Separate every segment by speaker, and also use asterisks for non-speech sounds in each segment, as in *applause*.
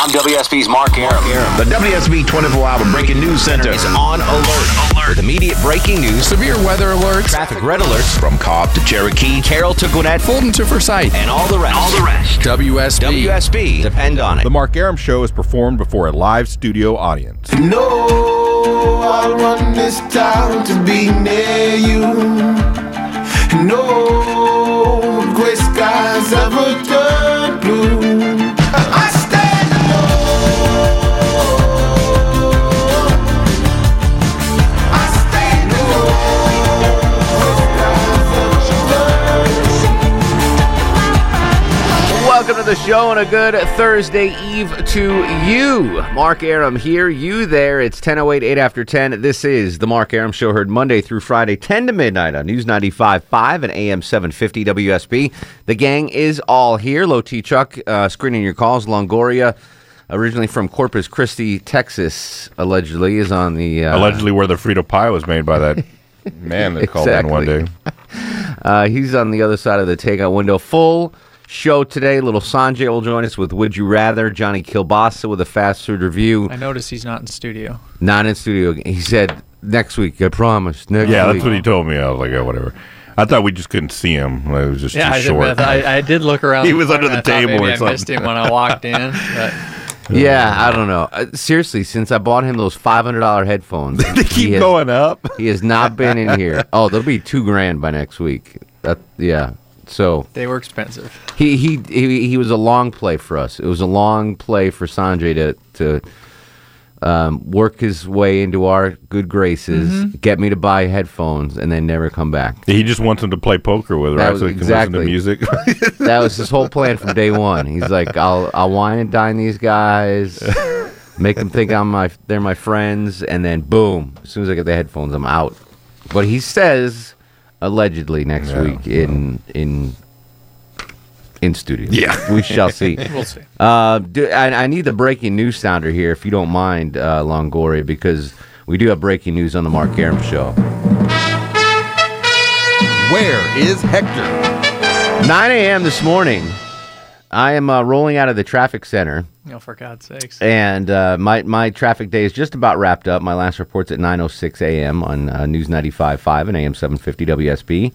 Speaker 1: I'm WSB's Mark Aram.
Speaker 2: The WSB 24 hour breaking news center is on alert. alert. With immediate breaking news, severe weather alerts, traffic red alerts from Cobb to Cherokee, Carroll to Gwinnett,
Speaker 3: Fulton to Forsyth,
Speaker 2: and all the rest.
Speaker 1: All the rest.
Speaker 3: WSB.
Speaker 2: WSB, depend on it.
Speaker 4: The Mark Aram Show is performed before a live studio audience.
Speaker 5: No, I want this town to be near you. No gray skies ever turn blue. I stand alone. I stand alone. Gray skies ever turn blue.
Speaker 3: Welcome to the show and a good Thursday Eve to you. Mark Aram here, you there. It's 10.08, 8 after 10. This is the Mark Aram Show, heard Monday through Friday, 10 to midnight on News 95.5 and AM 750 WSB. The gang is all here. Low T Chuck uh, screening your calls. Longoria, originally from Corpus Christi, Texas, allegedly, is on the... Uh,
Speaker 4: Allegedly, where the Frito pie was made by that man that called in one day.
Speaker 3: Exactly. *laughs* Uh, he's on the other side of the takeout window. Full show today. Little Sanjay will join us with Would You Rather. Johnny Kilbasa with a fast food review.
Speaker 6: I noticed he's not in studio.
Speaker 3: Not in studio. He said next week. I promise. Next
Speaker 4: Yeah,
Speaker 3: week.
Speaker 4: that's what he told me. I was like, oh, whatever. I thought we just couldn't see him. It was just
Speaker 6: Yeah,
Speaker 4: too
Speaker 6: I did,
Speaker 4: short.
Speaker 6: but I, I did look around.
Speaker 4: He was under
Speaker 6: corner,
Speaker 4: the
Speaker 6: I thought
Speaker 4: table
Speaker 6: maybe
Speaker 4: or
Speaker 6: I missed
Speaker 4: something.
Speaker 6: him when I walked in.
Speaker 4: *laughs*
Speaker 6: But
Speaker 3: yeah, I don't know. Uh, seriously, since I bought him those five hundred dollar headphones,
Speaker 4: *laughs* they keep
Speaker 3: he has,
Speaker 4: going up.
Speaker 3: He has not been
Speaker 4: *laughs*
Speaker 3: in here. Oh, they'll be two grand by next week. That yeah. So
Speaker 6: they were expensive.
Speaker 3: He, he he he was a long play for us. It was a long play for Sanjay to to um, work his way into our good graces,
Speaker 6: Mm-hmm.
Speaker 3: get me to buy headphones, and then never come back.
Speaker 4: He just wants him to play poker with,
Speaker 3: That
Speaker 4: right?
Speaker 3: was
Speaker 4: So he can
Speaker 3: exactly-
Speaker 4: listen to music.
Speaker 3: *laughs* That was his whole plan from day one. He's like, I'll I'll wine and dine
Speaker 4: *laughs*
Speaker 3: these guys, make them think I'm my they're my friends, and then boom, as soon as I get the headphones, I'm out. But he says allegedly next
Speaker 4: Yeah,
Speaker 3: week in in in studio.
Speaker 4: Yeah.
Speaker 3: *laughs* we
Speaker 4: *laughs*
Speaker 3: shall see.
Speaker 6: We'll see.
Speaker 3: Uh, do, I, I need the breaking news sounder here, if you don't mind, uh, Longoria, because we do have breaking news on the Mark Aram show.
Speaker 4: Where is Hector?
Speaker 3: 9 a.m. this morning, I am uh, rolling out of the traffic center,
Speaker 6: No, Oh, for God's sakes.
Speaker 3: and uh, my my traffic day is just about wrapped up. My last report's at 9:06 a.m. on uh, News 95.5 and AM 750 WSB,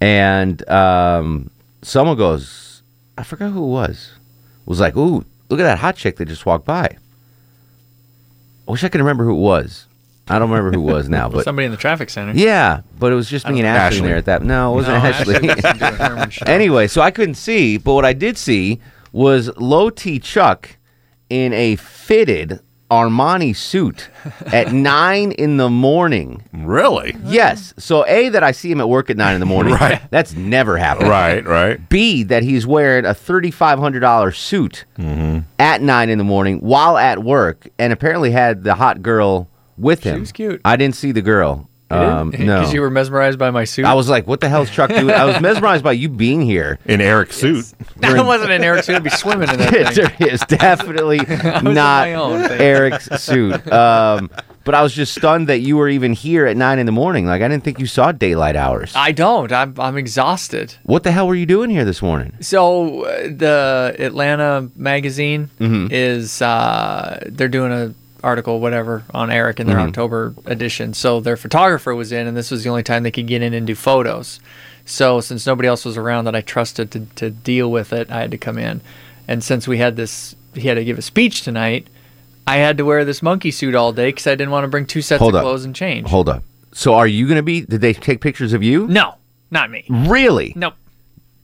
Speaker 3: and um, someone goes, I forgot who it was, was like, "Ooh, look at that hot chick that just walked by." I wish I could remember who it was. I don't remember who it
Speaker 6: *laughs*
Speaker 3: was now, but
Speaker 6: Somebody in the traffic center.
Speaker 3: yeah, but it was just me and Ashley, in
Speaker 4: Ashley.
Speaker 3: there at that. No, it
Speaker 6: No,
Speaker 3: wasn't
Speaker 6: *laughs* Ashley wasn't doing Herman's show.
Speaker 3: anyway, so I couldn't see, but what I did see was low T Chuck in a fitted Armani suit at nine in the morning.
Speaker 4: Really?
Speaker 3: Yes. So A that I see him at work at nine in the morning.
Speaker 4: Right.
Speaker 3: That's never happened.
Speaker 4: Right, right.
Speaker 3: B that he's wearing a thirty five hundred dollar suit at nine in the morning while at work, and apparently had the hot girl with him.
Speaker 6: was cute.
Speaker 3: I didn't see the girl. Um,
Speaker 6: *laughs*
Speaker 3: no,
Speaker 6: Because you were mesmerized by my suit.
Speaker 3: I was like, "What the hell's Chuck doing?" I was mesmerized by you being here.
Speaker 4: In Eric's
Speaker 3: *laughs*
Speaker 4: suit.
Speaker 6: *laughs* I wasn't in Eric's suit. I'd be swimming
Speaker 4: *laughs*
Speaker 6: in that thing.
Speaker 3: there
Speaker 6: *laughs*
Speaker 3: is definitely
Speaker 6: in
Speaker 3: not
Speaker 6: my own thing.
Speaker 3: Eric's suit.
Speaker 6: *laughs*
Speaker 3: Um, but I was just stunned that you were even here at nine in the morning. Like I didn't think you saw daylight hours.
Speaker 6: I don't. I'm, I'm exhausted.
Speaker 3: what the hell were you doing here this morning?
Speaker 6: So uh, the Atlanta magazine is uh, they're doing a article whatever on Eric in their October edition. So their photographer was in, and this was the only time they could get in and do photos. So since nobody else was around that I trusted to, to deal with it, I had to come in. And since we had this, he had to give a speech tonight. I had to wear this monkey suit all day because I didn't want to bring two sets
Speaker 3: Hold
Speaker 6: of
Speaker 3: up.
Speaker 6: clothes and change.
Speaker 3: Hold up. So are you going to be? Did they take pictures of you?
Speaker 6: No, not me.
Speaker 3: Really?
Speaker 6: Nope.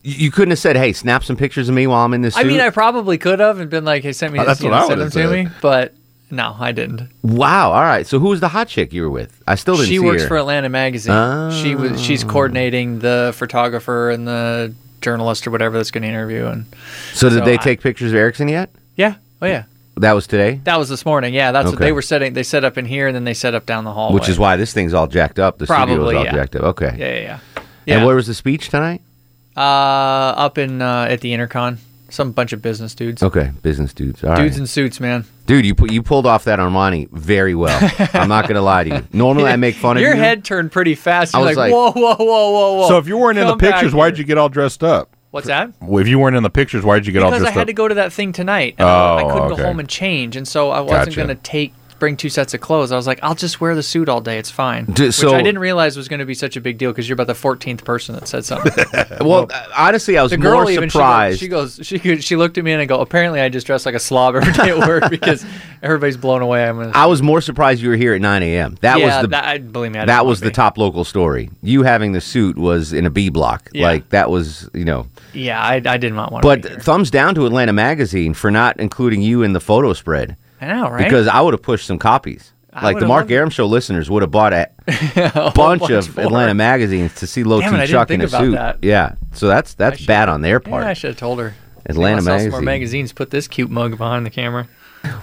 Speaker 3: You you couldn't have said, "Hey, snap some pictures of me while I'm in this
Speaker 6: I
Speaker 3: suit."
Speaker 6: mean, I probably could have and been like, "Hey, send me
Speaker 4: Oh,
Speaker 6: this,
Speaker 4: that's
Speaker 6: you
Speaker 4: what
Speaker 6: know,
Speaker 4: I
Speaker 6: send them
Speaker 4: would've
Speaker 6: to
Speaker 4: said.
Speaker 6: me," but no, I didn't.
Speaker 3: wow. All right. So who was the hot chick you were with? I still didn't
Speaker 6: She
Speaker 3: see
Speaker 6: works
Speaker 3: her.
Speaker 6: for Atlanta Magazine. She was she's
Speaker 3: Oh.
Speaker 6: coordinating the photographer and the journalist or whatever that's going to interview and
Speaker 3: so did
Speaker 6: so
Speaker 3: they
Speaker 6: I-
Speaker 3: take pictures of Erickson yet?
Speaker 6: yeah, oh yeah.
Speaker 3: That was today,
Speaker 6: That was this morning. Yeah, that's what
Speaker 3: Okay.
Speaker 6: they were setting. They set up in here, and then they set up down the hallway.
Speaker 3: which is why this thing's all jacked up. The studio is
Speaker 6: Probably,
Speaker 3: all
Speaker 6: yeah.
Speaker 3: jacked up. Okay.
Speaker 6: Yeah, yeah, yeah. yeah.
Speaker 3: And where was the speech tonight?
Speaker 6: uh, up in uh, at the intercon, some bunch of business dudes,
Speaker 3: Okay, business dudes. All right.
Speaker 6: dudes in suits, man.
Speaker 3: Dude, you pu- you pulled off that Armani very
Speaker 6: *laughs*
Speaker 3: well. I'm not gonna lie to you. Normally I make fun of
Speaker 6: Your
Speaker 3: you.
Speaker 6: head turned pretty fast.
Speaker 3: I
Speaker 6: You're
Speaker 3: was
Speaker 6: like,
Speaker 3: like-
Speaker 6: whoa, whoa, whoa, whoa, whoa.
Speaker 4: So if you weren't in the
Speaker 6: Come back
Speaker 4: pictures,
Speaker 6: here.
Speaker 4: why'd you get all dressed up?
Speaker 6: What's that?
Speaker 4: Well, if you weren't in the pictures, why'd you get all
Speaker 6: Because I
Speaker 4: dressed
Speaker 6: had
Speaker 4: up?
Speaker 6: to go to that thing tonight, and I- I
Speaker 4: Oh,
Speaker 6: couldn't
Speaker 4: okay.
Speaker 6: go home and change, and so I wasn't
Speaker 4: Gotcha.
Speaker 6: gonna take bring two sets of clothes. I was like, I'll just wear the suit all day. It's fine.
Speaker 3: D- so-
Speaker 6: Which I didn't realize was gonna be such a big deal because you're about the 14th person that said something.
Speaker 3: *laughs* Well, uh, honestly, I was
Speaker 6: The girl
Speaker 3: more
Speaker 6: even
Speaker 3: surprised.
Speaker 6: she goes, she goes she could- she looked at me and I go, apparently I just dress like a slob every day
Speaker 3: *laughs*
Speaker 6: at work because everybody's blown away. I'm gonna,
Speaker 3: I was more surprised you were here at 9 a.m. That
Speaker 6: yeah,
Speaker 3: was the
Speaker 6: that, I, believe me, I
Speaker 3: that
Speaker 6: didn't
Speaker 3: was the
Speaker 6: wanna be.
Speaker 3: top local story. You having the suit was in a B block.
Speaker 6: Yeah.
Speaker 3: Like that was, you know.
Speaker 6: Yeah, I, I did not want.
Speaker 3: But
Speaker 6: to be here.
Speaker 3: thumbs down to Atlanta Magazine for not including you in the photo spread
Speaker 6: I know, right?
Speaker 3: because I would have pushed some copies.
Speaker 6: I
Speaker 3: Like the
Speaker 6: would've
Speaker 3: Mark
Speaker 6: loved it.
Speaker 3: Aram Show listeners would have bought
Speaker 6: *laughs*
Speaker 3: a
Speaker 6: a
Speaker 3: bunch of Atlanta magazines to see Low
Speaker 6: Damn it, I
Speaker 3: T
Speaker 6: didn't
Speaker 3: Chuck in
Speaker 6: think
Speaker 3: a
Speaker 6: about
Speaker 3: suit.
Speaker 6: that.
Speaker 3: Yeah, so that's that's
Speaker 6: should-
Speaker 3: bad on their part.
Speaker 6: Yeah, I should have told her.
Speaker 3: Atlanta
Speaker 6: Sell some more
Speaker 3: Magazine.
Speaker 6: magazines. Put this cute mug behind the camera.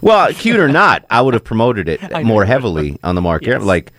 Speaker 3: Well, cute or not, I would have promoted it
Speaker 6: *laughs* know.
Speaker 3: more heavily on the Mark Aram.
Speaker 6: Yes.
Speaker 3: Like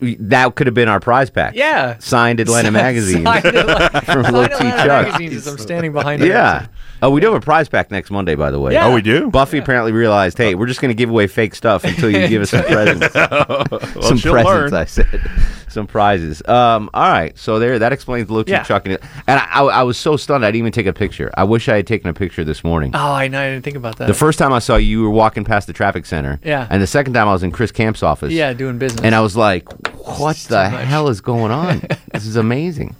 Speaker 3: we- that could have been our prize pack.
Speaker 6: Yeah.
Speaker 3: signed Atlanta Magazine.
Speaker 6: *laughs* Signed Atlanta,
Speaker 3: *laughs* from
Speaker 6: signed
Speaker 3: Low T
Speaker 6: Atlanta
Speaker 3: Chuck.
Speaker 6: magazines as I'm standing behind her.
Speaker 3: Yeah. Oh, we do have a prize pack next Monday, by the way.
Speaker 6: Yeah.
Speaker 4: Oh, we do.
Speaker 3: Buffy apparently realized, hey, we're just going to give away fake stuff *laughs* until you give us
Speaker 6: *laughs*
Speaker 4: *laughs*
Speaker 3: some presents. some
Speaker 4: she'll
Speaker 3: presents,
Speaker 4: learn.
Speaker 3: I said. Some prizes. Um, all right. So there, that explains Low T
Speaker 6: Yeah.
Speaker 3: Chuck. And, it- and I, I, I was so stunned, I didn't even take a picture. I wish I had taken a picture this morning.
Speaker 6: Oh, I know. I didn't think about that.
Speaker 3: The first time I saw you, you were walking past the traffic center.
Speaker 6: Yeah.
Speaker 3: And the second time I was in Chris Camp's office.
Speaker 6: yeah, doing business.
Speaker 3: And I was like, what
Speaker 6: It's too
Speaker 3: the
Speaker 6: much.
Speaker 3: hell is going
Speaker 6: *laughs*
Speaker 3: on? this is amazing.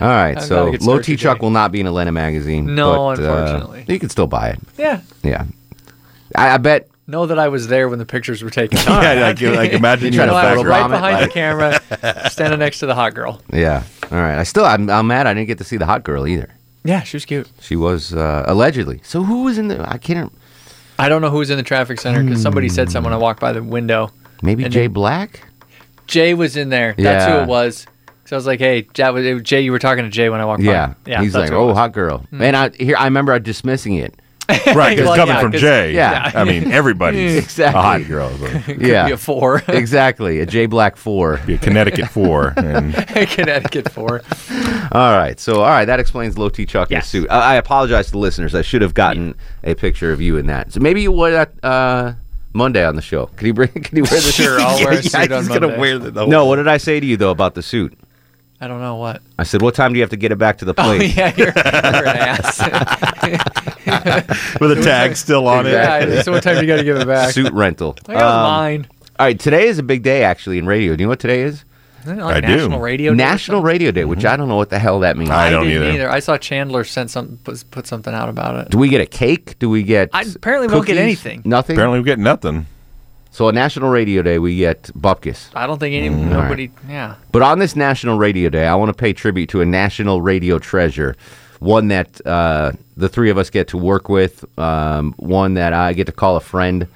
Speaker 3: All right,
Speaker 6: I'm
Speaker 3: so
Speaker 6: glad we could
Speaker 3: Low
Speaker 6: start
Speaker 3: T
Speaker 6: your
Speaker 3: Chuck
Speaker 6: day.
Speaker 3: will not be in Atlanta Magazine.
Speaker 6: No,
Speaker 3: but, uh,
Speaker 6: unfortunately.
Speaker 3: you can still buy it.
Speaker 6: yeah,
Speaker 3: Yeah. I, I bet.
Speaker 6: know that I was there when the pictures
Speaker 3: *laughs*
Speaker 6: were taken.
Speaker 4: yeah, like,
Speaker 6: *laughs*
Speaker 4: like imagine
Speaker 3: You
Speaker 4: you
Speaker 3: try
Speaker 4: in
Speaker 3: to
Speaker 4: the
Speaker 6: No, I
Speaker 4: back
Speaker 3: Obama it,
Speaker 6: was right behind
Speaker 3: like-
Speaker 6: the camera, standing next to the hot girl.
Speaker 3: Yeah. All right. I still, I'm, I'm mad I didn't get to see the hot girl either.
Speaker 6: Yeah, she was cute.
Speaker 3: She was uh, allegedly. So who was in the? I can't.
Speaker 6: I don't know who was in the traffic center because somebody said someone. I walked by the window.
Speaker 3: Hmm. Maybe
Speaker 6: And
Speaker 3: Jay
Speaker 6: then-
Speaker 3: Black.
Speaker 6: Jay was in there. That's
Speaker 3: Yeah.
Speaker 6: who it was. So I was like, "Hey, that was, it was Jay, you were talking to Jay when I walked
Speaker 3: Yeah.
Speaker 6: by." Yeah,
Speaker 3: He's like,
Speaker 6: that's who it
Speaker 3: oh,
Speaker 6: was. *laughs* Mm.
Speaker 3: hot girl. And I here, I remember dismissing it.
Speaker 4: right? Because
Speaker 6: Well,
Speaker 4: coming
Speaker 6: *laughs* yeah,
Speaker 4: from
Speaker 6: 'cause-
Speaker 4: Jay,
Speaker 3: yeah.
Speaker 4: I mean, everybody's
Speaker 6: *laughs*
Speaker 3: Exactly.
Speaker 4: a hot girl. So.
Speaker 6: Could
Speaker 3: yeah.
Speaker 6: be a four.
Speaker 3: *laughs* exactly. A Jay Black four.
Speaker 4: Be a Connecticut
Speaker 3: *laughs*
Speaker 4: four, and
Speaker 6: Connecticut four.
Speaker 3: All right, so all right, that explains low T Chuck in a
Speaker 6: Yes.
Speaker 3: suit. I, I apologize to the listeners. I should have gotten a picture of you in that. So maybe you wore that uh, Monday on the show. Can you bring? *laughs* Can you wear the
Speaker 6: Sure, I'll
Speaker 3: *laughs*
Speaker 6: wear a suit on
Speaker 4: he's gonna
Speaker 6: Monday.
Speaker 4: wear the, the
Speaker 3: No, what did I say to you though about the suit?
Speaker 6: I don't know what.
Speaker 3: I said, what time do you have to get it back to the
Speaker 6: *laughs* Oh
Speaker 3: plane?
Speaker 6: yeah, you're, you're an ass.
Speaker 4: *laughs* with a tag still on it.
Speaker 6: yeah, so what time you got to give it back?
Speaker 3: Suit rental.
Speaker 6: I got
Speaker 3: Um,
Speaker 6: mine.
Speaker 3: all right, today is a big day actually in radio. Do you know what today is?
Speaker 6: Isn't it like
Speaker 4: I do. Mm-hmm.
Speaker 6: National Radio. Day or
Speaker 3: National
Speaker 6: something?
Speaker 3: Radio Day, which I don't know what the hell that means.
Speaker 4: I
Speaker 6: I
Speaker 4: don't
Speaker 6: didn't
Speaker 4: either.
Speaker 6: either. I saw Chandler sent some put, put something out about it.
Speaker 3: Do we get a cake? Do we get?
Speaker 6: I- apparently we don't get
Speaker 3: cookies?
Speaker 6: anything.
Speaker 3: *laughs* Nothing.
Speaker 4: Apparently, we get nothing.
Speaker 3: So on National Radio Day, we get bupkis.
Speaker 6: I don't think any
Speaker 4: Mm.
Speaker 3: all right.
Speaker 6: nobody. Yeah.
Speaker 3: But on this National Radio Day, I want to pay tribute to a national radio treasure, one that uh, the three of us get to work with, um, one that I get to call a friend.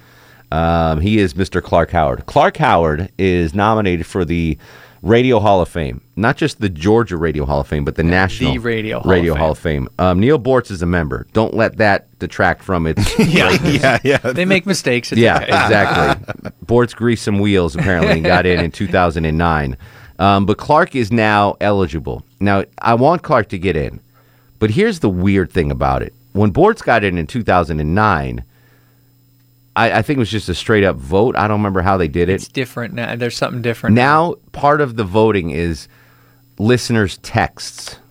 Speaker 3: Um, he is Mr. Clark Howard. Clark Howard is nominated for the Radio Hall of Fame, not just the Georgia Radio Hall of Fame, but the National
Speaker 6: Radio Hall of
Speaker 3: Hall of Fame. Um, Neil Bortz is a member. Don't let that detract from its
Speaker 6: *laughs*
Speaker 3: greatness.
Speaker 4: Yeah, yeah.
Speaker 6: They make mistakes. It's
Speaker 3: Yeah,
Speaker 6: okay.
Speaker 3: exactly. Bortz greased some wheels apparently and got
Speaker 6: *laughs*
Speaker 3: in in 2009. Um, but Clark is now eligible. Now, I want Clark to get in, but here's the weird thing about it. When Bortz got in in 2009, I, I think it was just a straight up vote. I don't remember how they did
Speaker 6: It's
Speaker 3: it.
Speaker 6: different now. There's something different
Speaker 3: Now, part of the voting is listeners' texts.
Speaker 6: *laughs*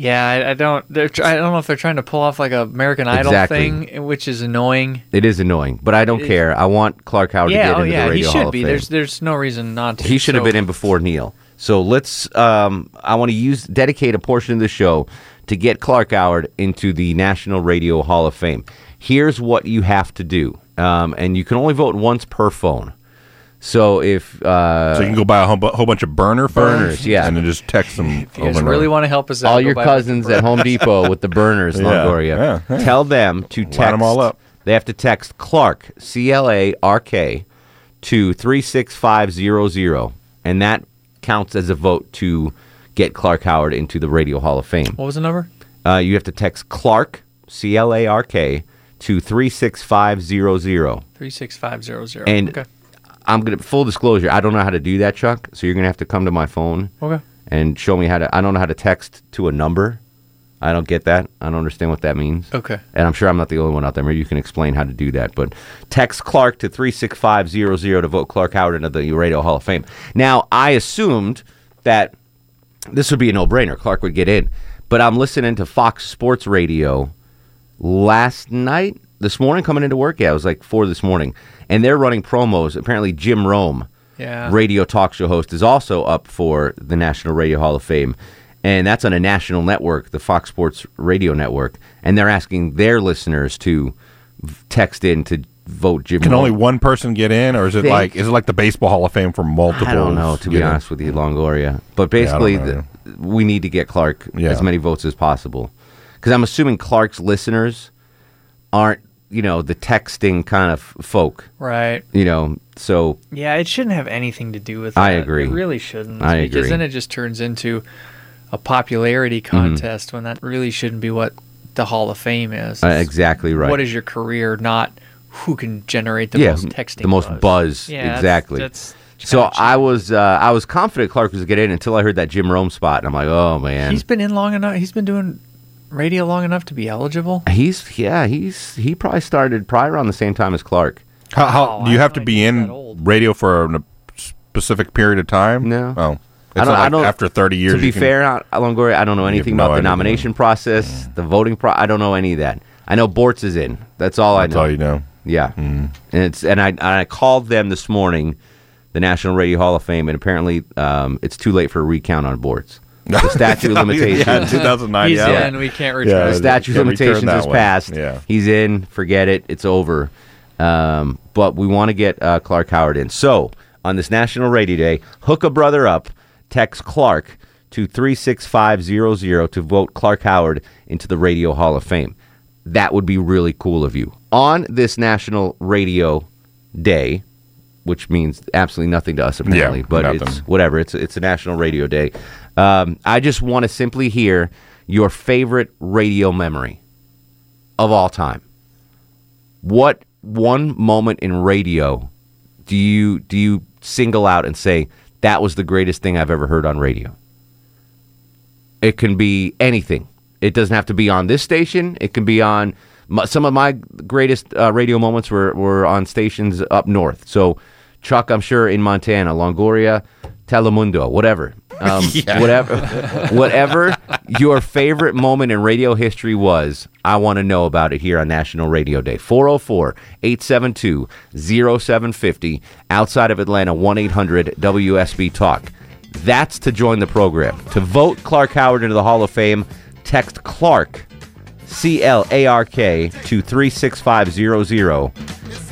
Speaker 6: Yeah, I, I don't. They're. Tr- I don't know if they're trying to pull off like a American Idol
Speaker 3: Exactly.
Speaker 6: thing, which is annoying.
Speaker 3: It is annoying, but I don't care. I want Clark Howard to
Speaker 6: yeah.
Speaker 3: get
Speaker 6: Oh
Speaker 3: into the
Speaker 6: yeah. He
Speaker 3: Radio Hall
Speaker 6: should
Speaker 3: of
Speaker 6: be.
Speaker 3: Fame.
Speaker 6: There's. There's no reason not to.
Speaker 3: He should have
Speaker 6: so-
Speaker 3: been in before Neil. So let's. Um, I want to use dedicate a portion of the show to get Clark Howard into the National Radio Hall of Fame. Here's what you have to do, um, and you can only vote once per phone. So if uh,
Speaker 4: So you can go buy a whole, bu- whole bunch of burner phones,
Speaker 3: Burners, yeah.
Speaker 4: and then just text them.
Speaker 6: If you guys
Speaker 4: over and
Speaker 6: really
Speaker 4: over.
Speaker 6: want to help us out,
Speaker 3: all
Speaker 6: go
Speaker 3: your
Speaker 6: buy a bunch of
Speaker 3: cousins
Speaker 6: bur-
Speaker 3: at Home Depot with
Speaker 4: *laughs*
Speaker 3: the burners, Longoria,
Speaker 4: yeah, yeah.
Speaker 3: tell them to text.
Speaker 4: them all up.
Speaker 3: They have to text Clark C L A R K to three six five zero zero, and that counts as a vote to get Clark Howard into the Radio Hall of Fame.
Speaker 6: What was the number?
Speaker 3: Uh, you have to text Clark C L A R K to 36500.
Speaker 6: Three six five zero zero.
Speaker 3: And
Speaker 6: okay.
Speaker 3: I'm going to, full disclosure, I don't know how to do that, Chuck. So you're going to have to come to my phone
Speaker 6: Okay.
Speaker 3: and show me how to, I don't know how to text to a number. I don't get that. I don't understand what that means.
Speaker 6: Okay.
Speaker 3: And I'm sure I'm not the only one out there. Maybe you can explain how to do that. But text Clark to 36500 to vote Clark Howard into the Radio Hall of Fame. Now, I assumed that this would be a no brainer. Clark would get in. But I'm listening to Fox Sports Radio last night, this morning, coming into work. Yeah, it was like four this morning. And they're running promos. Apparently, Jim Rome
Speaker 6: Yeah.
Speaker 3: radio talk show host, is also up for the National Radio Hall of Fame. And that's on a national network, the Fox Sports Radio Network. And they're asking their listeners to v- text in to vote Jim
Speaker 4: Can
Speaker 3: Rome.
Speaker 4: only one person get in, or is it
Speaker 3: Think-
Speaker 4: like is it like the baseball Hall of Fame for multiple?
Speaker 3: I don't know, to be honest with you, Longoria. But
Speaker 4: Yeah, I don't
Speaker 3: basically,
Speaker 4: know.
Speaker 3: th- we need to get Clark
Speaker 4: Yeah.
Speaker 3: as many votes as possible. Because I'm assuming Clark's listeners aren't, you know, the texting kind of folk,
Speaker 6: Right.
Speaker 3: you know. So
Speaker 6: Yeah, it shouldn't have anything to do with.
Speaker 3: I
Speaker 6: that.
Speaker 3: agree.
Speaker 6: It really shouldn't.
Speaker 3: I
Speaker 6: because
Speaker 3: agree. Mm-hmm.
Speaker 6: then it just turns into a popularity contest when that really shouldn't be what the Hall of Fame is.
Speaker 3: uh,
Speaker 6: It's
Speaker 3: exactly right.
Speaker 6: What is your career? Not who can generate the
Speaker 3: yeah,
Speaker 6: most texting.
Speaker 3: the most buzz,
Speaker 6: Yeah, that's-
Speaker 3: exactly.
Speaker 6: That's,
Speaker 3: So
Speaker 6: trash.
Speaker 3: I was uh, I was confident Clark was getting in until I heard that Jim Rome spot, and I'm like, oh man,
Speaker 6: He's
Speaker 3: he's,
Speaker 6: been in long enough. He's been doing radio long enough to be eligible.
Speaker 3: yeah he's he probably started probably around the same time as Clark.
Speaker 4: How, how
Speaker 6: Oh,
Speaker 4: do you
Speaker 6: I
Speaker 4: have
Speaker 6: didn't
Speaker 4: to
Speaker 6: know
Speaker 4: be
Speaker 6: he was
Speaker 4: in
Speaker 6: that old.
Speaker 4: radio for a specific period of time?
Speaker 3: No.
Speaker 4: Oh, it's
Speaker 3: I don't-
Speaker 4: not
Speaker 3: I
Speaker 4: like
Speaker 3: don't-
Speaker 4: after thirty years.
Speaker 3: to be
Speaker 4: you can-
Speaker 3: fair, uh, I- Longoria, I don't know anything
Speaker 4: no
Speaker 3: about the
Speaker 4: idea.
Speaker 3: nomination process, the voting pro. I don't know any of that. I know Bortz is in. That's all
Speaker 4: that's
Speaker 3: I know.
Speaker 4: all you know. Mm.
Speaker 3: Yeah, and it's and I and I called them this morning, the National Radio Hall of Fame, and apparently um, it's too late for a recount on
Speaker 4: *laughs*
Speaker 3: Bortz. The statute of limitations.
Speaker 4: yeah, two thousand nine.
Speaker 6: He's
Speaker 4: Yeah.
Speaker 6: in. We can't
Speaker 4: Yeah.
Speaker 6: retract.
Speaker 3: the
Speaker 4: Uh,
Speaker 3: statute of
Speaker 4: can't return
Speaker 3: limitations
Speaker 4: that
Speaker 3: is
Speaker 4: one.
Speaker 3: passed.
Speaker 4: Yeah.
Speaker 3: He's in. Forget it. It's over. Um, but we want to get uh, Clark Howard in. So on this National Radio Day, hook a brother up. Text Clark to 36500 to vote Clark Howard into the Radio Hall of Fame. That would be really cool of you. On this National Radio Day, which means absolutely nothing to us apparently, but
Speaker 4: nothing.
Speaker 3: it's whatever. It's it's a national radio day. Um, I just want to simply hear your favorite radio memory of all time. What one moment in radio do you do you single out and say that was the greatest thing I've ever heard on radio? It can be anything. It doesn't have to be on this station. It can be on my, some of my greatest uh, radio moments were, were on stations up north. So, Chuck, I'm sure in Montana, Longoria, Telemundo, whatever, um, whatever, whatever your favorite moment in radio history was. I want to know about it here on National Radio Day. 404 872 0750 outside of Atlanta, 1 800 WSB Talk. That's to join the program. To vote Clark Howard into the Hall of Fame, text Clark, C L A R K, to 36500,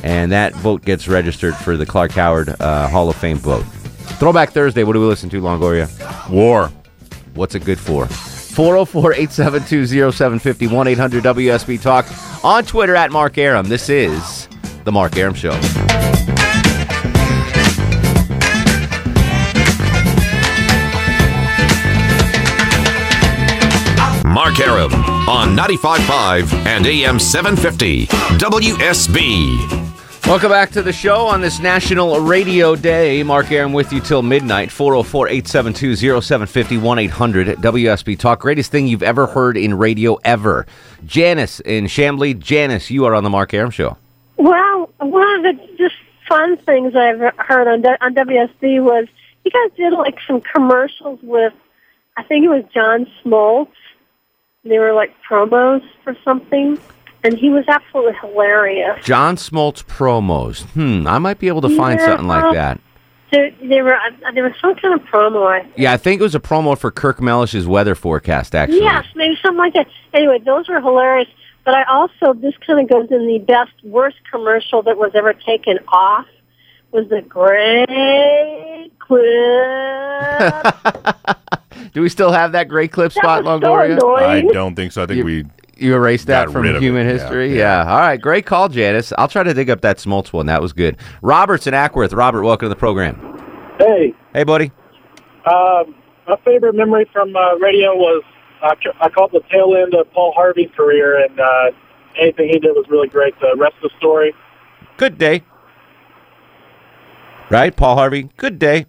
Speaker 3: and that vote gets registered for the Clark Howard uh, Hall of Fame vote. Throwback Thursday, what do we listen to, Longoria?
Speaker 4: War.
Speaker 3: What's it good for? 404 872 0750 1 800 WSB Talk on Twitter at Mark Aram. This is The Mark Aram Show.
Speaker 2: Mark Aram on 95.5 and AM 750 WSB.
Speaker 3: Welcome back to the show on this National Radio Day. Mark Aaron with you till midnight. 404 872 0750 800 WSB Talk. Greatest thing you've ever heard in radio ever. Janice in Chambly. Janice, you are on the Mark Aaron Show.
Speaker 7: Well, one of the just fun things I've heard on, on WSB was you guys did like some commercials with, I think it was John Smoltz. They were like promos for something, and he was absolutely hilarious.
Speaker 3: John Smoltz promos. Hmm, I might be able to find
Speaker 7: Yeah.
Speaker 3: something like that.
Speaker 7: There, there were uh, there was some kind of promo. I,
Speaker 3: Yeah, I think it was a promo for Kirk Mellish's weather forecast, actually.
Speaker 7: yes, maybe something like that. Anyway, those were hilarious. But I also this kind of goes in the best worst commercial that was ever taken off was the Great Clip.
Speaker 3: Do we still have that great clip spot,
Speaker 7: that was
Speaker 3: Longoria?
Speaker 7: So
Speaker 4: I
Speaker 7: annoying.
Speaker 4: don't think so. I think
Speaker 3: You-
Speaker 4: we.
Speaker 3: You erased that
Speaker 4: Got
Speaker 3: from
Speaker 4: rid of
Speaker 3: human
Speaker 4: it, yeah,
Speaker 3: history. Yeah, Uh,
Speaker 4: yeah.
Speaker 3: All right. Great call, Janice. I'll try to dig up that Smoltz one. That was good. Roberts and Ackworth. Robert, welcome to the program.
Speaker 8: Hey,
Speaker 3: Hey, buddy.
Speaker 8: um, my favorite memory from uh, radio was I, ca- I caught the tail end of Paul Harvey's career, and uh, anything he did was really great. The rest of the story,
Speaker 3: Good day. Right, Paul Harvey. Good day.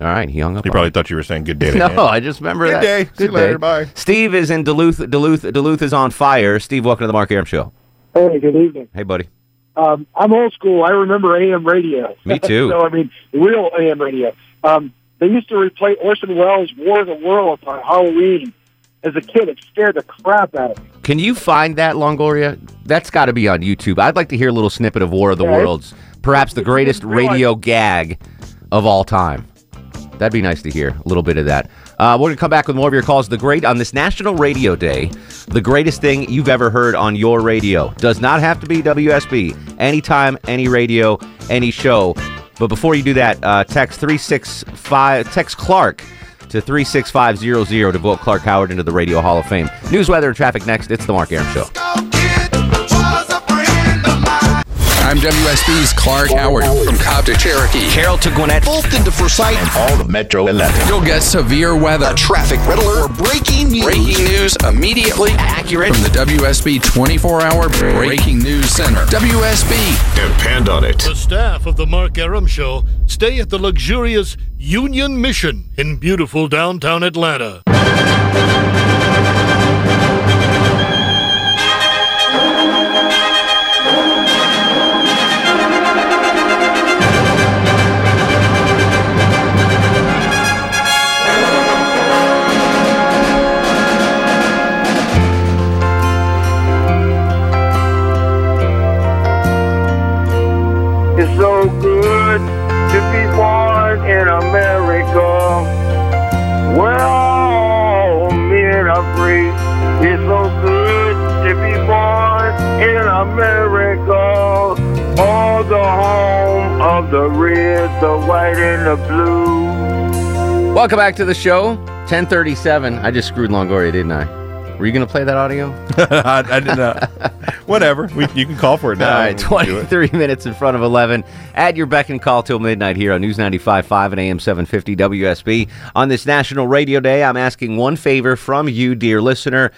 Speaker 3: All right, he hung up.
Speaker 4: He
Speaker 3: on
Speaker 4: probably thought you were saying good day. to
Speaker 3: *laughs* No,
Speaker 4: him.
Speaker 3: I just remember that.
Speaker 4: day. See you later. Bye.
Speaker 3: Steve is in Duluth. Duluth. Duluth is on fire. Steve, welcome to the Mark Aram Show.
Speaker 8: Hey, good evening.
Speaker 3: Hey, buddy.
Speaker 8: Um, I'm old school. I remember AM radio.
Speaker 3: Me too.
Speaker 8: *laughs* so I mean, real AM radio. Um, they used to replay Orson Welles' War of the Worlds on Halloween. As a kid, it scared the crap out of me.
Speaker 3: Can you find that Longoria? That's got to be on YouTube. I'd like to hear a little snippet of War of the
Speaker 8: Yeah, it's-
Speaker 3: Worlds, perhaps the greatest
Speaker 8: realize-
Speaker 3: radio gag of all time. That'd be nice to hear a little bit of that. Uh, we're gonna come back with more of your calls. The great on this National Radio Day, the greatest thing you've ever heard on your radio does not have to be WSB. Anytime, any radio, any show. But before you do that, uh, text three six five text Clark to three six five zero zero to vote Clark Howard into the Radio Hall of Fame. News, weather, and traffic next. It's the Mark Aram Show.
Speaker 9: I'm WSB's Clark Howard from Cobb to Cherokee.
Speaker 2: Carroll to Gwinnett.
Speaker 9: Bolton to Forsyth.
Speaker 2: All the Metro 11.
Speaker 9: You'll get severe weather, traffic riddler, or breaking news. Breaking news immediately accurate from the WSB 24 hour breaking news center. WSB.
Speaker 2: Depend on it.
Speaker 10: The staff of the Mark Aram Show stay at the luxurious Union Mission in beautiful downtown Atlanta.
Speaker 8: It's so good to be born in America. We're all men are free. It's so good to be born in America. All the home of the red, the white, and the blue.
Speaker 3: Welcome back to the show. 1037. I just screwed Longoria, didn't I? Were you going to play that audio?
Speaker 4: *laughs* I, I uh, did not.
Speaker 3: *laughs*
Speaker 4: Whatever. We, you can call for it now.
Speaker 3: All right,
Speaker 4: We'll do it.
Speaker 3: 23 minutes in front of 11. At your beck and call till midnight here on News 95.5 and AM 750 WSB. On this National Radio Day, I'm asking one favor from you, dear listener.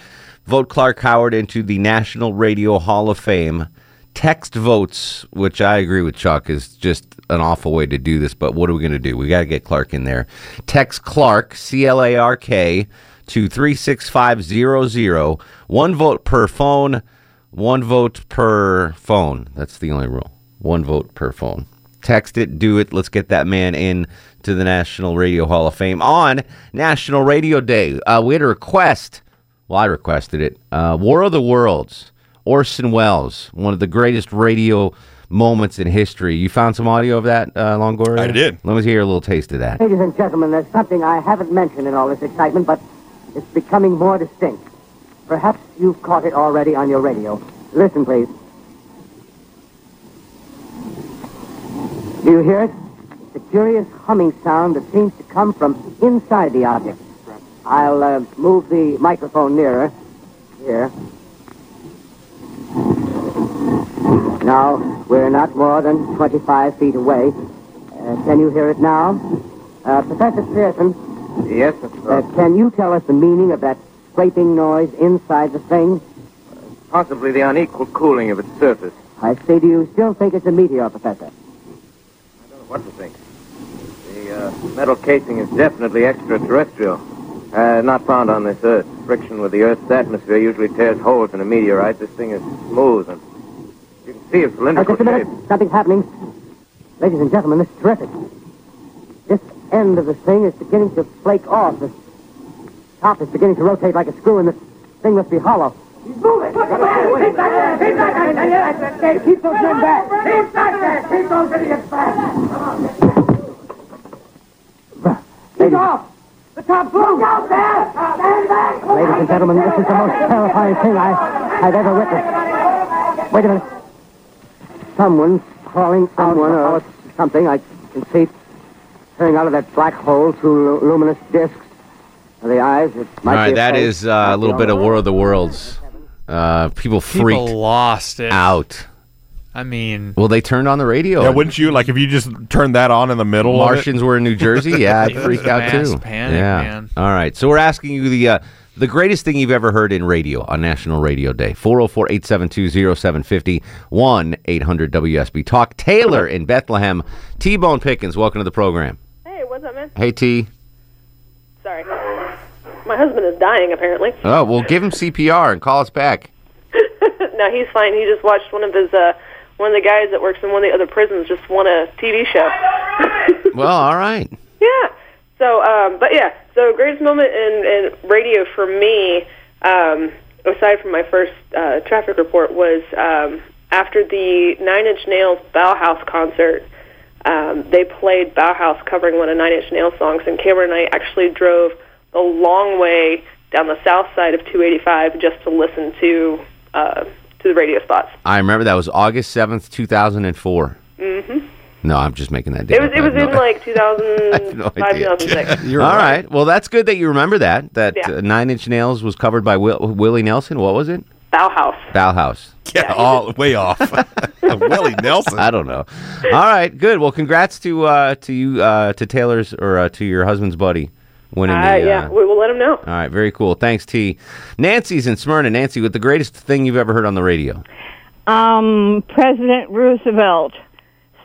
Speaker 3: Vote Clark Howard into the National Radio Hall of Fame. Text votes, which I agree with Chuck, is just an awful way to do this, but what are we going to do? We got to get Clark in there. Text Clark, C L A R K, to 36500. One vote per phone. One vote per phone. That's the only rule. One vote per phone. Text it, do it. Let's get that man in to the National Radio Hall of Fame on National Radio Day. Uh, we had a request. Well, I requested it. Uh, War of the Worlds, Orson Welles, one of the greatest radio moments in history. You found some audio of that, uh, Longoria?
Speaker 4: I did.
Speaker 3: Let me hear a little taste of that.
Speaker 11: Ladies and gentlemen, there's something I haven't mentioned in all this excitement, but it's becoming more distinct. Perhaps you've caught it already on your radio. Listen, please. Do you hear it? It's a curious humming sound that seems to come from inside the object. I'll uh, move the microphone nearer. Here. Now, we're not more than 25 feet away. Uh, can you hear it now? Uh, Professor Pearson,
Speaker 8: Yes,
Speaker 11: uh, can you tell us the meaning of that scraping noise inside the thing?
Speaker 8: possibly the unequal cooling of its surface.
Speaker 11: I say, do you still think it's a meteor, Professor?
Speaker 8: What to think? The uh, metal casing is definitely extraterrestrial. Uh, not found on this Earth. Friction with the Earth's atmosphere usually tears holes in a meteorite. This thing is smooth and you can see it's
Speaker 11: Uh,
Speaker 8: cylindrical
Speaker 11: just a minute.
Speaker 8: shape.
Speaker 11: Something's happening. Ladies and gentlemen, this is terrific. This end of the thing is beginning to flake off. The top is beginning to rotate like a screw, and the thing must be hollow. He's moving! Look at He's back there! He's back there! Keep those men back! He's back there! Keep those idiots back! He's off! The top blew! Look out there! Stand back! Ladies and gentlemen, this is the most terrifying thing I, I've ever witnessed. Wait a minute. Someone's crawling Someone out of something. I can see it turning out of that black hole two lu- luminous discs. The eyes. It
Speaker 3: All
Speaker 11: might be
Speaker 3: right,
Speaker 11: a
Speaker 3: that
Speaker 11: face,
Speaker 3: is
Speaker 11: might
Speaker 3: uh, a
Speaker 11: be
Speaker 3: little bit of
Speaker 11: all
Speaker 3: War of the Worlds. Uh, people freaked
Speaker 6: People lost it.
Speaker 3: out.
Speaker 6: I mean,
Speaker 3: Well, they turned on the radio.
Speaker 4: Yeah, wouldn't you? Like, if you just turned that on in the middle of it?
Speaker 3: Martians were in New Jersey. Yeah, I'd
Speaker 6: It
Speaker 3: freak
Speaker 6: was
Speaker 3: out
Speaker 6: mass
Speaker 3: too.
Speaker 6: panic,
Speaker 3: yeah.
Speaker 6: man.
Speaker 3: All right. So we're asking you the uh, the greatest thing you've ever heard in radio on National Radio Day. 404 872 0750 1 800 WSB Talk. Taylor in Bethlehem. T Bone Pickens, welcome to the program.
Speaker 12: Hey, what's up, man?
Speaker 3: Hey, T.
Speaker 12: Sorry. My husband is dying, apparently. *laughs*
Speaker 3: Oh, well, give him CPR and call us back.
Speaker 12: no, he's fine. He just watched one of his, uh, one of the guys that works in one of the other prisons just won a TV show.
Speaker 3: Well, all right.
Speaker 12: Yeah. So, um, but yeah, so greatest moment in, in radio for me, um, aside from my first uh, traffic report, was um, after the Nine Inch Nails Bauhaus concert. Um, they played Bauhaus covering one of Nine Inch Nails songs, and Cameron and I actually drove a long way down the south side of 285 just to listen to uh, to the radio spots.
Speaker 3: I remember that was August 7th, 2004.
Speaker 12: hmm
Speaker 3: No, I'm just making that
Speaker 12: It
Speaker 3: date.
Speaker 12: was
Speaker 3: up.
Speaker 12: it
Speaker 3: I
Speaker 12: was
Speaker 3: have
Speaker 12: in
Speaker 3: no-
Speaker 12: like
Speaker 3: *laughs* I have
Speaker 12: 2005,
Speaker 3: no idea. *laughs*
Speaker 12: 2006.
Speaker 3: All right. Well, that's good that you remember that. That
Speaker 12: Yeah.
Speaker 3: uh, Nine Inch Nails was covered by Will- Willie Nelson. What was it?
Speaker 12: Bauhaus.
Speaker 3: Bauhaus. Yeah, all way off. *laughs* Willie Nelson. I don't know. All right, good. Well, congrats to uh, to you uh, to Taylor's or uh, to your husband's buddy winning
Speaker 12: Uh,
Speaker 3: the.
Speaker 12: yeah,
Speaker 3: Uh,
Speaker 12: we will let him know.
Speaker 3: all right, very cool. Thanks, T. Nancy's in Smyrna. Nancy, with the greatest thing you've ever heard on the radio.
Speaker 13: um, President Roosevelt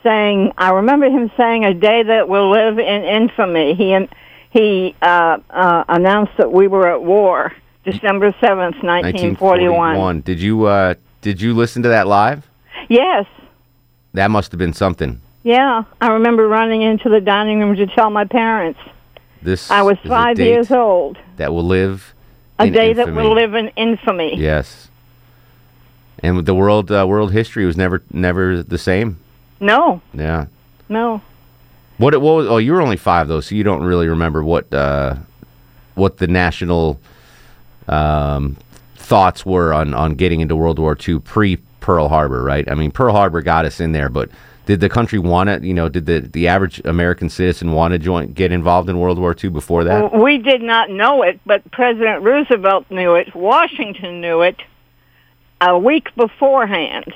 Speaker 13: saying, I remember him saying, a day that will live in infamy. He, he uh, uh, announced that we were at war, December 7th, 1941.
Speaker 3: 1941. Did you uh, did you listen to that live?
Speaker 13: Yes,
Speaker 3: That must have been something.
Speaker 13: yeah. I remember running into the dining room to tell my parents.
Speaker 3: This
Speaker 13: I was
Speaker 3: is a
Speaker 13: five
Speaker 3: date
Speaker 13: years old.
Speaker 3: That will live.
Speaker 13: A
Speaker 3: in
Speaker 13: day that
Speaker 3: infamy.
Speaker 13: will live in infamy.
Speaker 3: Yes. And with the world uh, world history was never never the same.
Speaker 13: No,
Speaker 3: Yeah.
Speaker 13: no.
Speaker 3: What it what was? Oh, you were only five though, so you don't really remember what uh, what the national um, thoughts were on on getting into World War II pre Pearl Harbor, right? I mean, Pearl Harbor got us in there, but did the country want it? You know, did the the average American citizen want to join get involved in World War II before that?
Speaker 13: Well, We did not know it, but President Roosevelt knew it. Washington knew it a week beforehand.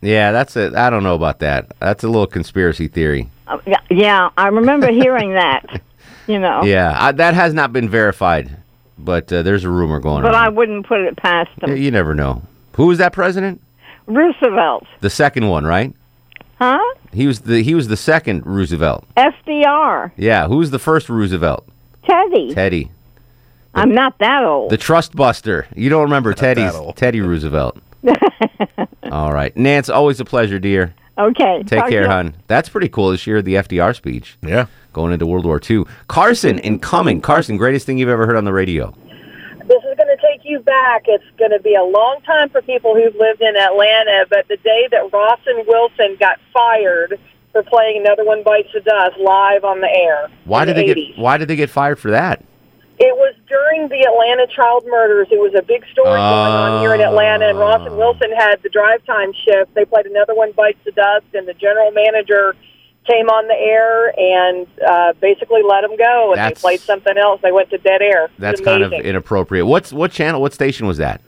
Speaker 3: Yeah, that's a I don't know about that. That's a little conspiracy theory.
Speaker 13: Uh, yeah, yeah, I
Speaker 3: *laughs*
Speaker 13: remember hearing that. You know,
Speaker 3: Yeah, I, that has not been verified, but uh, there's a rumor going
Speaker 13: but
Speaker 3: on.
Speaker 13: I wouldn't put it past
Speaker 3: Yeah,
Speaker 13: them.
Speaker 3: you never know. Who was that president?
Speaker 13: Roosevelt,
Speaker 3: The second one, right?
Speaker 13: huh?
Speaker 3: He was the he was the second Roosevelt.
Speaker 13: FDR,
Speaker 3: Yeah, who's the first Roosevelt?
Speaker 13: Teddy.
Speaker 3: Teddy,
Speaker 13: I'm not that old.
Speaker 3: the Trust Buster. You don't remember Teddy's Teddy
Speaker 13: *laughs*
Speaker 3: Roosevelt. All right, Nance, always a pleasure, dear.
Speaker 13: Okay,
Speaker 3: Take
Speaker 13: talk to
Speaker 3: care,
Speaker 13: you-
Speaker 3: hon. That's pretty cool. This year, the FDR speech. Yeah, going into World War II. Carson in Cumming. Carson, greatest thing you've ever heard on the radio.
Speaker 14: This is going to take you back. It's going to be a long time for people who've lived in Atlanta, but the day that Ross and Wilson got fired for playing Another One Bites the Dust live on the air.
Speaker 3: Why
Speaker 14: in
Speaker 3: did
Speaker 14: the
Speaker 3: they
Speaker 14: 80s.
Speaker 3: get Why did they get fired for that?
Speaker 14: It was during the Atlanta child murders. It was a big story going on here in
Speaker 3: Uh,
Speaker 14: Atlanta, and Ross
Speaker 3: Oh.
Speaker 14: and Wilson had the drive time shift. They played another one, Bites the Dust, and the general manager came on the air and uh, basically let them go, and
Speaker 3: That's-
Speaker 14: they played something else. They went to dead air. It's
Speaker 3: That's kind of
Speaker 14: amazing.
Speaker 3: inappropriate. What's what channel? What station was that?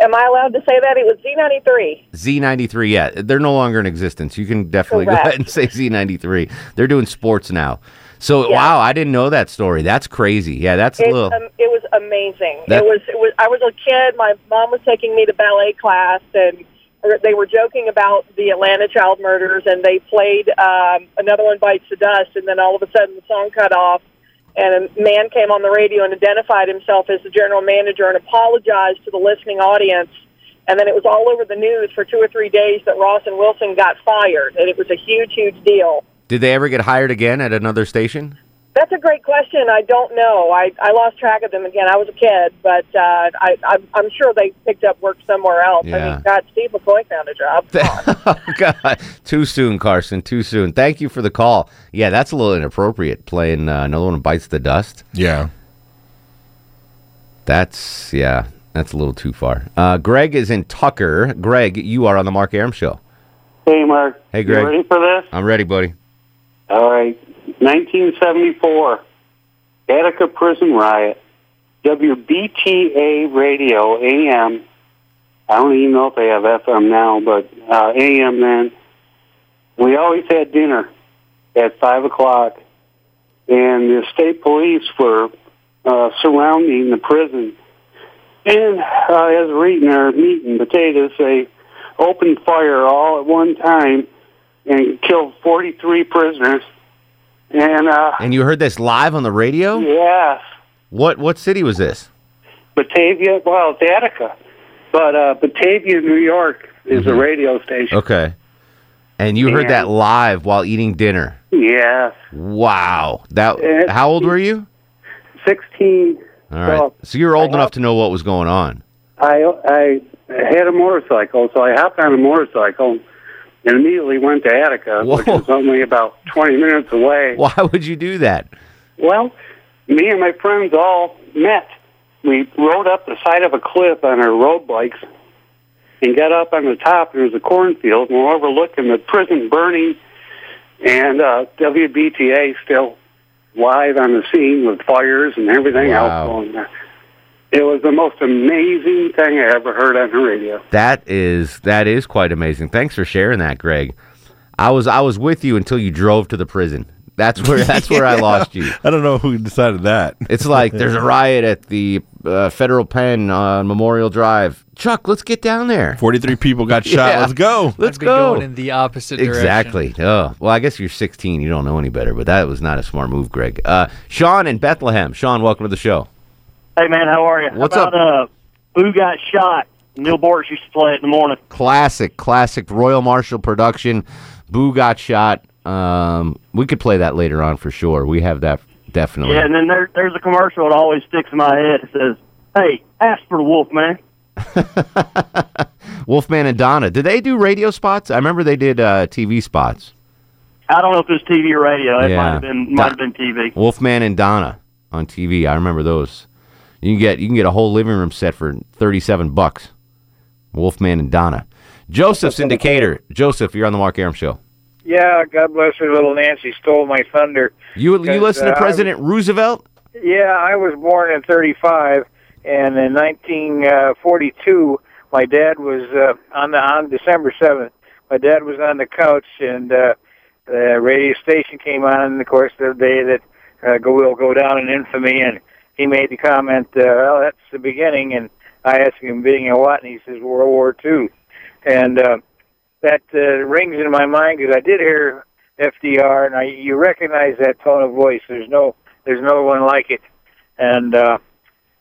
Speaker 14: Am I allowed to say that? It was Z93.
Speaker 3: Z93, yeah, they're no longer in existence. You can definitely go
Speaker 14: Correct.
Speaker 3: ahead and say Z93. They're doing sports now. So wow, I didn't know that story. That's crazy. Yeah, that's a
Speaker 14: It,
Speaker 3: little.
Speaker 14: um, it was amazing.
Speaker 3: That-
Speaker 14: it was. It was. I was a kid. My mom was taking me to ballet class, and er, they were joking about the Atlanta child murders, and they played um, another one bites the dust, and then all of a sudden the song cut off, and a man came on the radio and identified himself as the general manager and apologized to the listening audience. And then it was all over the news for two or three days that Ross and Wilson got fired, and it was a huge, huge deal.
Speaker 3: Did they ever get hired again at another station?
Speaker 14: That's a great question. I don't know. I, I lost track of them again. I was a kid, but uh, I, I'm, I'm sure they picked up work somewhere else. I
Speaker 3: Yeah.
Speaker 14: mean, God, Steve McCoy found a job.
Speaker 3: God, *laughs* too soon, Carson. Too soon. Thank you for the call. Yeah, that's a little inappropriate. Playing uh, another one bites the dust. Yeah. That's yeah. That's a little too far. Uh, Greg is in Tucker. Greg, you are on the Mark Aram show.
Speaker 15: Hey, Mark.
Speaker 3: Hey,
Speaker 15: You
Speaker 3: Greg.
Speaker 15: ready for this?
Speaker 3: I'm ready, buddy.
Speaker 15: All right. 1974, Attica prison riot. WBTA radio AM. I don't even know if they have FM now, but uh, AM then. We always had dinner at five o'clock, and the state police were uh, surrounding the prison, And uh, as we're eating our meat and potatoes, they opened fire all at one time and killed 43 prisoners. And uh,
Speaker 3: And you heard this live on the radio?
Speaker 15: yeah,
Speaker 3: What what city was this?
Speaker 15: Batavia, well, it's Attica, but uh, Batavia, New York is a radio station.
Speaker 3: Okay. And you heard that live while eating dinner.
Speaker 15: Yeah,
Speaker 3: Wow. That
Speaker 15: Uh,
Speaker 3: how old were you?
Speaker 15: 16.
Speaker 3: All right.
Speaker 15: Well,
Speaker 3: so you were old enough to know what was going on. *laughs*
Speaker 15: I I had a motorcycle, so I hopped on a motorcycle and immediately went to Attica, which is only about 20 minutes away.
Speaker 3: Why would you do that?
Speaker 15: Well, me and my friends all met. We rode up the side of a cliff on our road bikes and got up on the top. There was a cornfield, and we're overlooking the prison burning and uh, WBTA still live on the scene with fires and everything
Speaker 3: Wow.
Speaker 15: else going on. It was the most amazing thing I ever heard on the radio.
Speaker 3: That is that is quite amazing. Thanks for sharing that, Greg. I was I was with you until you drove to the prison. That's
Speaker 4: *laughs*
Speaker 3: where that's where I
Speaker 4: Yeah.
Speaker 3: lost you.
Speaker 4: I don't know who decided that.
Speaker 3: It's like
Speaker 4: *laughs*
Speaker 3: there's a riot at the uh, federal pen on Memorial Drive. Chuck, let's get down there.
Speaker 4: Forty-three people
Speaker 3: *laughs*
Speaker 4: got shot. Let's go.
Speaker 3: Let's
Speaker 6: I'd be
Speaker 3: go.
Speaker 6: going in the opposite direction.
Speaker 3: Exactly. Oh, well, I guess you're 16. You don't know any better, but that was not a smart move, Greg. Uh, Sean in Bethlehem. Sean, welcome to the show.
Speaker 16: Hey man, how are you?
Speaker 3: What's
Speaker 16: how about, up? Uh, Who got shot? Neil Boris used to play it in the morning.
Speaker 3: Classic, classic Royal Marshall production. Boo got shot. Um, we could play that later on for sure. We have that definitely.
Speaker 16: Yeah, and then there, there's a commercial that always sticks in my head. It says, "Hey, ask for the wolf, man."
Speaker 3: Wolfman and Donna. Did they do radio spots? I remember they did uh, TV spots.
Speaker 16: I don't know if it was TV or radio. It
Speaker 3: Yeah.
Speaker 16: might have been might have been TV.
Speaker 3: Wolfman and Donna on TV. I remember those. You can get you can get a whole living room set for thirty seven bucks. Wolfman and Donna. Joseph's indicator. Joseph, you're on the Mark Aram show.
Speaker 17: Yeah, God bless her, little Nancy stole my thunder.
Speaker 3: You you
Speaker 17: 'Cause,
Speaker 3: listen
Speaker 17: uh,
Speaker 3: to
Speaker 17: I-
Speaker 3: President Roosevelt?
Speaker 17: Yeah, I was born in 35, and in 1942, my dad was uh, on the on December 7th. My dad was on the couch, and uh, the radio station came on. And of course, the day that uh, go will go down in infamy, and he made the comment, uh, "Well, that's the beginning." And I asked him, "Beginning of what?" And he says, "World War II." And uh, that uh, rings in my mind because I did hear FDR, and I you recognize that tone of voice. There's no there's no one like it. And uh,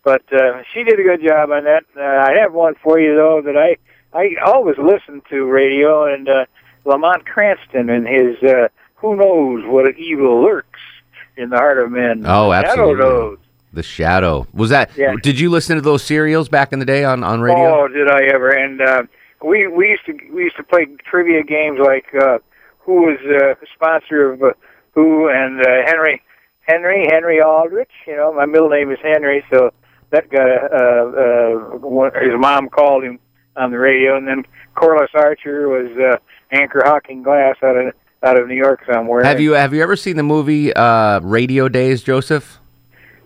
Speaker 17: but uh, she did a good job on that. Uh, I have one for you though that I I always listen to radio and uh, Lamont Cranston and his uh, "Who knows what evil lurks in the heart of men."
Speaker 3: Oh, absolutely.
Speaker 17: Shadow knows.
Speaker 3: The Shadow. Was that
Speaker 17: Yeah.
Speaker 3: did you listen to those serials back in the day on, on radio?
Speaker 17: Oh, did I ever? And uh, we we used to we used to play trivia games like uh, who was uh, sponsor of uh, who and uh, Henry Henry Henry Aldrich. You know, my middle name is Henry, so that guy uh, uh, one, his mom called him on the radio, and then Corliss Archer was uh, anchor hawking glass out of out of New York somewhere.
Speaker 3: Have you have you ever seen the movie uh, Radio Days, Joseph?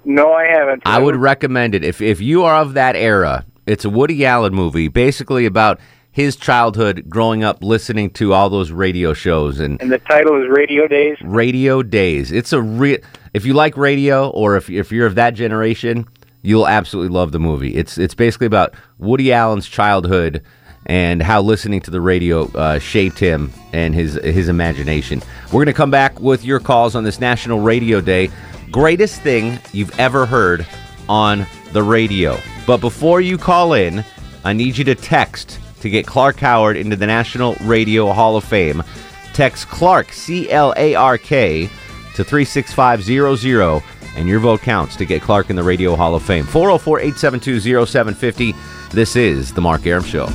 Speaker 17: No, I haven't.
Speaker 3: I would recommend it if if you are of that era. It's a Woody Allen movie, basically about his childhood, growing up, listening to all those radio shows and
Speaker 17: And the title is Radio Days.
Speaker 3: radio days. It's a real. If you like radio, or if if you're of that generation, you'll absolutely love the movie. It's it's basically about Woody Allen's childhood and how listening to the radio uh, shaped him and his his imagination. We're gonna come back with your calls on this National Radio Day. Greatest thing you've ever heard on the radio. But before you call in, I need you to text to get Clark Howard into the National Radio Hall of Fame. Text Clark, C L A R K, to 36500, and your vote counts to get Clark in the Radio Hall of Fame. 404 872 0750. This is The Mark Aram Show.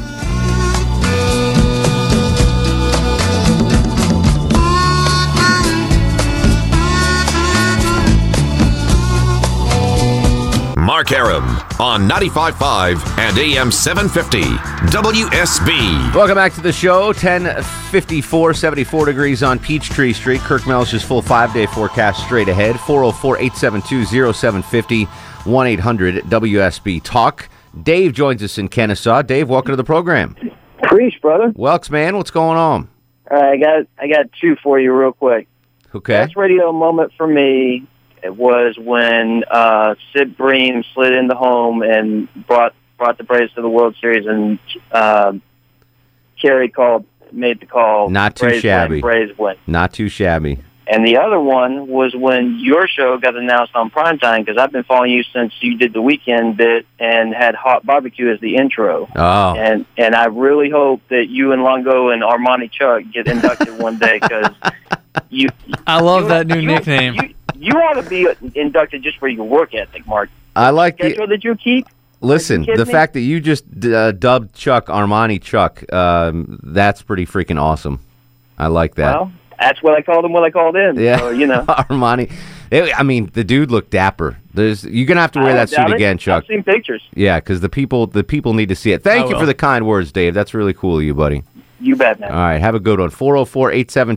Speaker 2: Mark Aram on 95.5 and AM 750 WSB.
Speaker 3: Welcome back to the show. 1054, 74 degrees on Peachtree Street. Kirk Mellish's full five day forecast straight ahead. 404 872 0750 1 800 WSB Talk. Dave joins us in Kennesaw. Dave, welcome to the program.
Speaker 16: Preach, brother.
Speaker 3: Welks, man. What's going on?
Speaker 16: All right, I got I got two for you real quick.
Speaker 3: Okay.
Speaker 16: Best radio moment for me was when uh, Sid Bream slid into home and brought
Speaker 18: brought the Braves to the World Series, and um, Kerry called, made the call.
Speaker 3: Not too
Speaker 18: Braves
Speaker 3: shabby.
Speaker 18: Win, Braves win.
Speaker 3: Not too shabby.
Speaker 18: And the other one was when your show got announced on primetime because I've been following you since you did the weekend bit and had hot barbecue as the intro.
Speaker 3: Oh.
Speaker 18: And and I really hope that you and Longo and Armani Chuck get inducted one day
Speaker 3: *laughs*
Speaker 18: because you.
Speaker 6: I love that new nickname.
Speaker 18: You ought to be inducted just for your work ethic, Mark.
Speaker 3: I like the.
Speaker 18: Schedule that you keep.
Speaker 3: Listen,
Speaker 18: kidding
Speaker 3: the
Speaker 18: me?
Speaker 3: fact that you just uh, dubbed Chuck Armani Chuck, um, that's pretty freaking awesome. I like that.
Speaker 18: Well, that's what I called him when I called *laughs* in.
Speaker 3: yeah,
Speaker 18: So, you know.
Speaker 3: *laughs* Armani. It- I mean, the dude looked dapper. There's you're gonna have to wear
Speaker 18: I
Speaker 3: that
Speaker 18: don't doubt
Speaker 3: suit
Speaker 18: it.
Speaker 3: again, Chuck.
Speaker 18: I've seen pictures.
Speaker 3: Yeah, because the people the people need to see it. Thank
Speaker 18: I
Speaker 3: you for
Speaker 18: will.
Speaker 3: the kind words, Dave. That's really cool of you, buddy.
Speaker 18: You bet, man.
Speaker 3: All right, have a good one.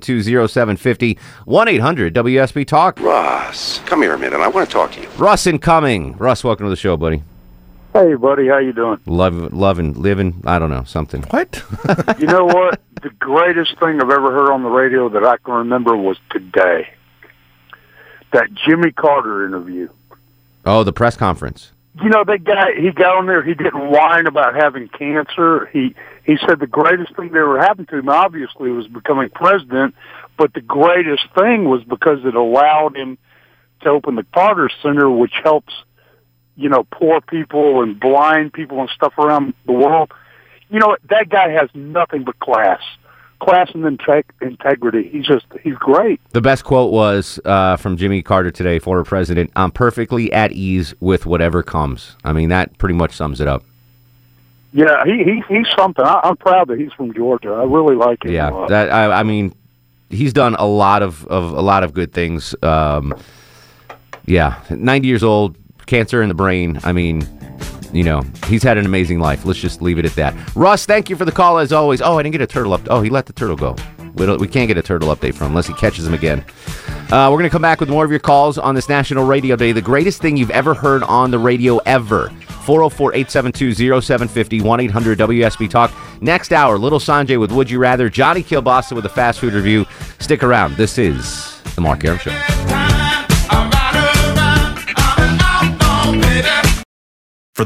Speaker 3: 404-872-0750, 1-800-WSB Talk.
Speaker 19: Russ, come here a minute. I want to talk to you.
Speaker 3: Russ incoming. Russ, welcome to the show, buddy.
Speaker 20: Hey, buddy, how you doing?
Speaker 3: Love, loving, living, I don't know, something. What?
Speaker 20: you know what? The greatest thing I've ever heard on the radio that I can remember was today. That Jimmy Carter interview.
Speaker 3: Oh, the press conference.
Speaker 20: You know, they got he got on there. He didn't whine about having cancer. He he said the greatest thing that ever happened to him, obviously, was becoming president. But the greatest thing was because it allowed him to open the Carter Center, which helps you know poor people and blind people and stuff around the world. You know, that guy has nothing but class, class and integ- integrity. He's just he's great.
Speaker 3: The best quote was uh, from Jimmy Carter today, former president, I'm perfectly at ease with whatever comes. I mean, that pretty much sums it up.
Speaker 20: Yeah, he, he he's something. I, I'm proud that he's from Georgia. I really like him.
Speaker 3: Yeah, that I, I mean, he's done a lot of, of a lot of good things. Um, yeah, ninety years old, cancer in the brain. I mean, you know, he's had an amazing life. Let's just leave it at that. Russ, thank you for the call as always. Oh, I didn't get a turtle up. Oh, he let the turtle go. We, don't, we can't get a turtle update from him unless he catches him again. Uh, we're going to come back with more of your calls on this National Radio Day. The greatest thing you've ever heard on the radio ever. 404 872 0750 1 800 WSB Talk. Next hour, Little Sanjay with Would You Rather, Johnny Kilbasa with a fast food review. Stick around. This is The Mark Aram Show.
Speaker 21: For